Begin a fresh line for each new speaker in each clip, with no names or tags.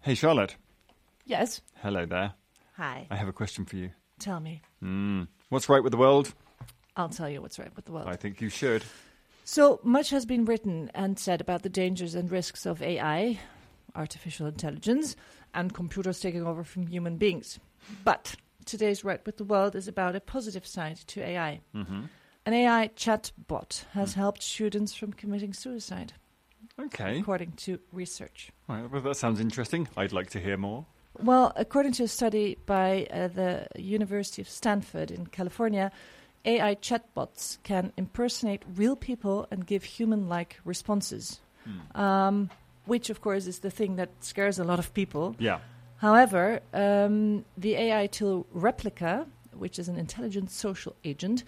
Hey, Charlotte.
Yes.
Hello there.
Hi.
I have a question for you. Hmm.
Tell me.
What's right with the world?
I'll tell you what's right with the world.
I think you should.
So much has been written and said about the dangers and risks of AI, artificial intelligence, and computers taking over from human beings. But today's Right with the World is about a positive side to AI.
Mm-hmm.
An AI chatbot has helped students from committing suicide,
Okay.
according to research.
All right, well, that sounds interesting. I'd like to hear more.
Well, according to a study by uh, the University of Stanford in California, AI chatbots can impersonate real people and give human like responses, um, which, of course, is the thing that scares a lot of people.
Yeah.
However, um, the AI tool Replica, which is an intelligent social agent,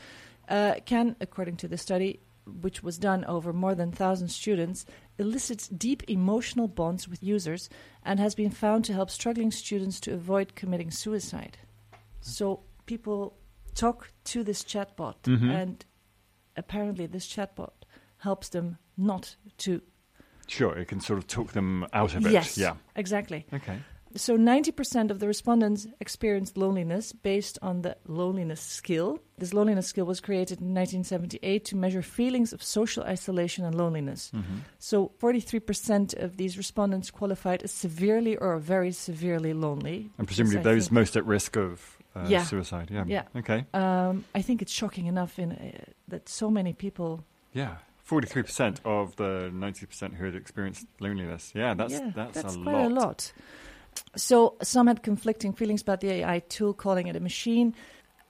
uh, can, according to the study, which was done over more than 1,000 students, elicits deep emotional bonds with users and has been found to help struggling students to avoid committing suicide. So people talk to this chatbot, and apparently, this chatbot helps them not to.
Sure, it can sort of talk them out of it.
Yes,
Yeah.
exactly.
Okay.
So 90% of the respondents experienced loneliness based on the loneliness skill. This loneliness skill was created in 1978 to measure feelings of social isolation and loneliness.
Mm-hmm.
So 43% of these respondents qualified as severely or very severely lonely.
And presumably
Yes, I
those
think-
most at risk of uh,
Yeah.
suicide. Yeah.
Yeah.
Okay.
Um, I think it's shocking enough in, uh, that so many people
Yeah. 43% of the 90% who had experienced loneliness. Yeah, that's
yeah,
that's, a,
quite
lot.
a lot. So some had conflicting feelings about the AI tool, calling it a machine,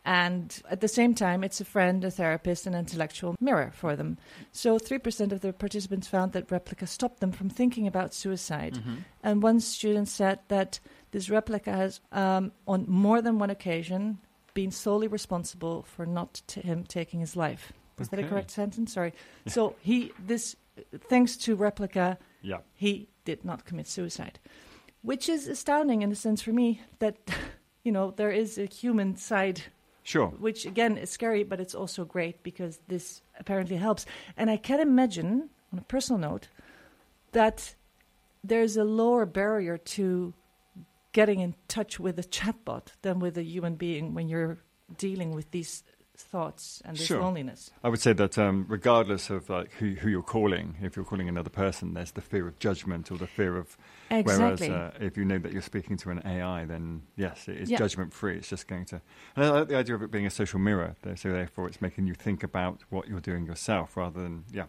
and at the same time, it's a friend, a therapist, an intellectual mirror for them. So three percent of the participants found that Replica stopped them from thinking about suicide,
Hmm. Mm-hmm.
and one student said that this Replica has, um, on more than one occasion, been solely responsible for not t- him taking his life. Is that a
Okay.
correct sentence? Sorry. So he this thanks to Replica
Yeah.
he did not commit suicide, which is astounding in a sense for me that, you know, there is a human side,
Sure.
which again is scary, but it's also great because this apparently helps. And I can imagine, on a personal note, that there's a lower barrier to getting in touch with a chatbot than with a human being when you're dealing with these thoughts and this
Sure.
loneliness.
I would say that um, regardless of like who, who you're calling, if you're calling another person, there's the fear of judgment or the fear of.
Exactly.
Whereas uh, if you know that you're speaking to an AI, then yes, it is
Yeah.
judgment free. It's just going to. And I like the idea of it being a social mirror, though, so therefore it's making you think about what you're doing yourself rather than yeah.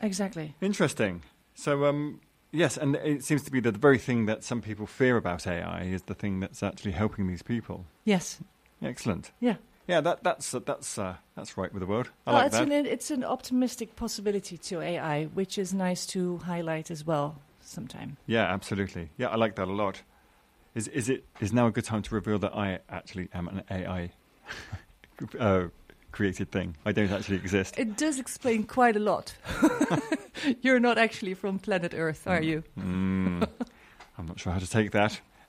Exactly.
Interesting. So um, yes, and it seems to be that the very thing that some people fear about AI is the thing that's actually helping these people.
Yes.
Excellent.
Yeah. Oh,
Yeah, that, that's that's uh, that's right with the world. I
well,
like
it's
that.
an it's an optimistic possibility to AI, which is nice to highlight as well. Sometime,
Yeah, absolutely. Yeah, I like that a lot. Is is it is now a good time to reveal that I actually am an AI uh, created thing? I don't actually exist.
it does explain quite a lot. You're not actually from planet Earth, are you?
Mm. I'm Mm. not sure how to take that.